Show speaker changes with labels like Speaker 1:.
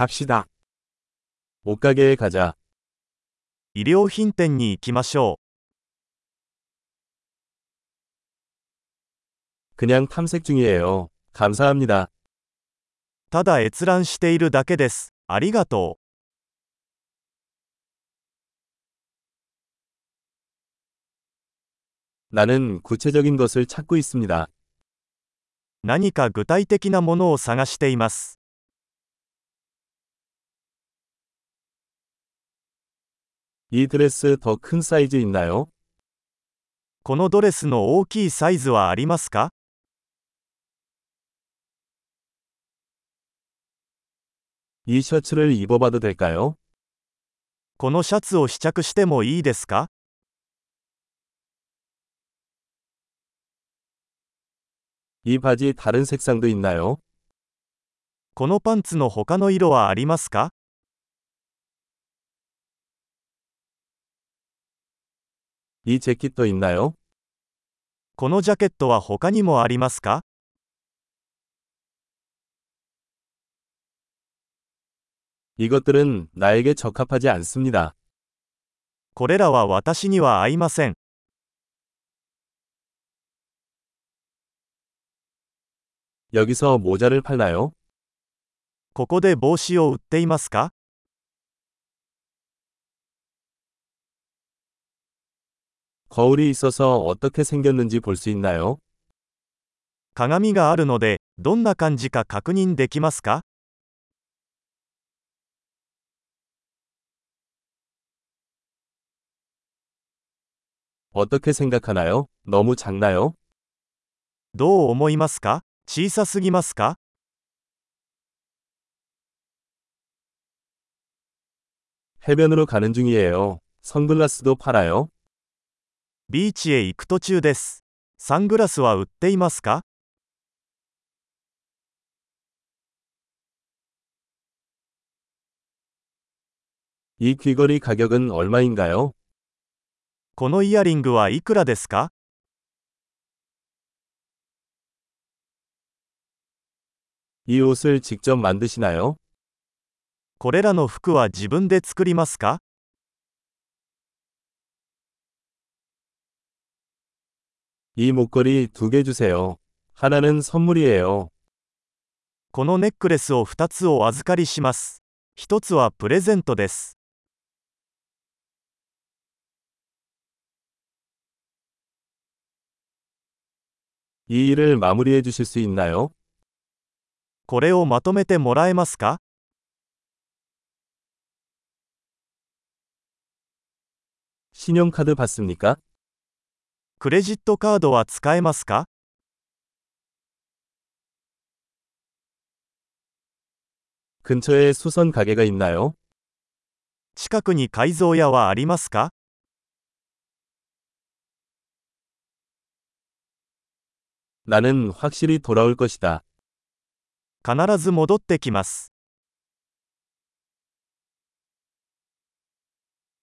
Speaker 1: 갑시다. 옷가게에 가자.
Speaker 2: 衣料品店に行きましょ
Speaker 1: 그냥 탐색 중이에요. 감사합니다.
Speaker 2: う。ただ閲覧しているだけです。ありがと
Speaker 1: 나는 구체적인 것을 찾고 있습니다.
Speaker 2: う。何か具体的なものを探しています。
Speaker 1: 이 드레스 더 큰 사이즈 있나요?
Speaker 2: このドレスの大きいサイズはありますか
Speaker 1: 이 셔츠를 입어봐도 될까요?
Speaker 2: このシャツを試着してもいいですか
Speaker 1: 이 바지 다른 색상도 있나요?
Speaker 2: このパンツの他の色はありますか
Speaker 1: 이 재킷도 있나요?
Speaker 2: このジャケットは他にもありますか
Speaker 1: 이것들은 나에게 적합하지 않습니다.
Speaker 2: これらは私には合いません。
Speaker 1: 여기서 모자를 팔나요?
Speaker 2: ここで帽子を売っていますか
Speaker 1: 거울이 있어서 어떻게 생겼는지 볼 수 있나요?
Speaker 2: 鏡があるので、どんな感じか確認できますか
Speaker 1: 어떻게 생각하나요? 너무 작나요?
Speaker 2: どう思いますか小さすぎますか
Speaker 1: 해변으로 가는 중이에요. 선글라스도 팔아요?
Speaker 2: ビーチへ行く途中です。サングラスは売っていますか
Speaker 1: 이 귀걸이 가격은 얼마인가요?
Speaker 2: このイヤリングはいくらですか
Speaker 1: 이 옷을 직접 만드시나요?
Speaker 2: これらの服は自分で作りますか
Speaker 1: 이 목걸이 두 개 주세요. 하나는 선물이에요.
Speaker 2: このネックレスを2つお預かりします。1つはプレゼントです。
Speaker 1: 이 일을 마무리해 주실 수 있나요?
Speaker 2: これをまとめてもらえますか
Speaker 1: 신용카드 받습니까?
Speaker 2: クレジットカードは使えますか
Speaker 1: 근처에 수선 가게가 있나요?
Speaker 2: 近くに改造屋はありますか
Speaker 1: 나는 확실히 돌아올 것이다.
Speaker 2: 必ず戻ってきます。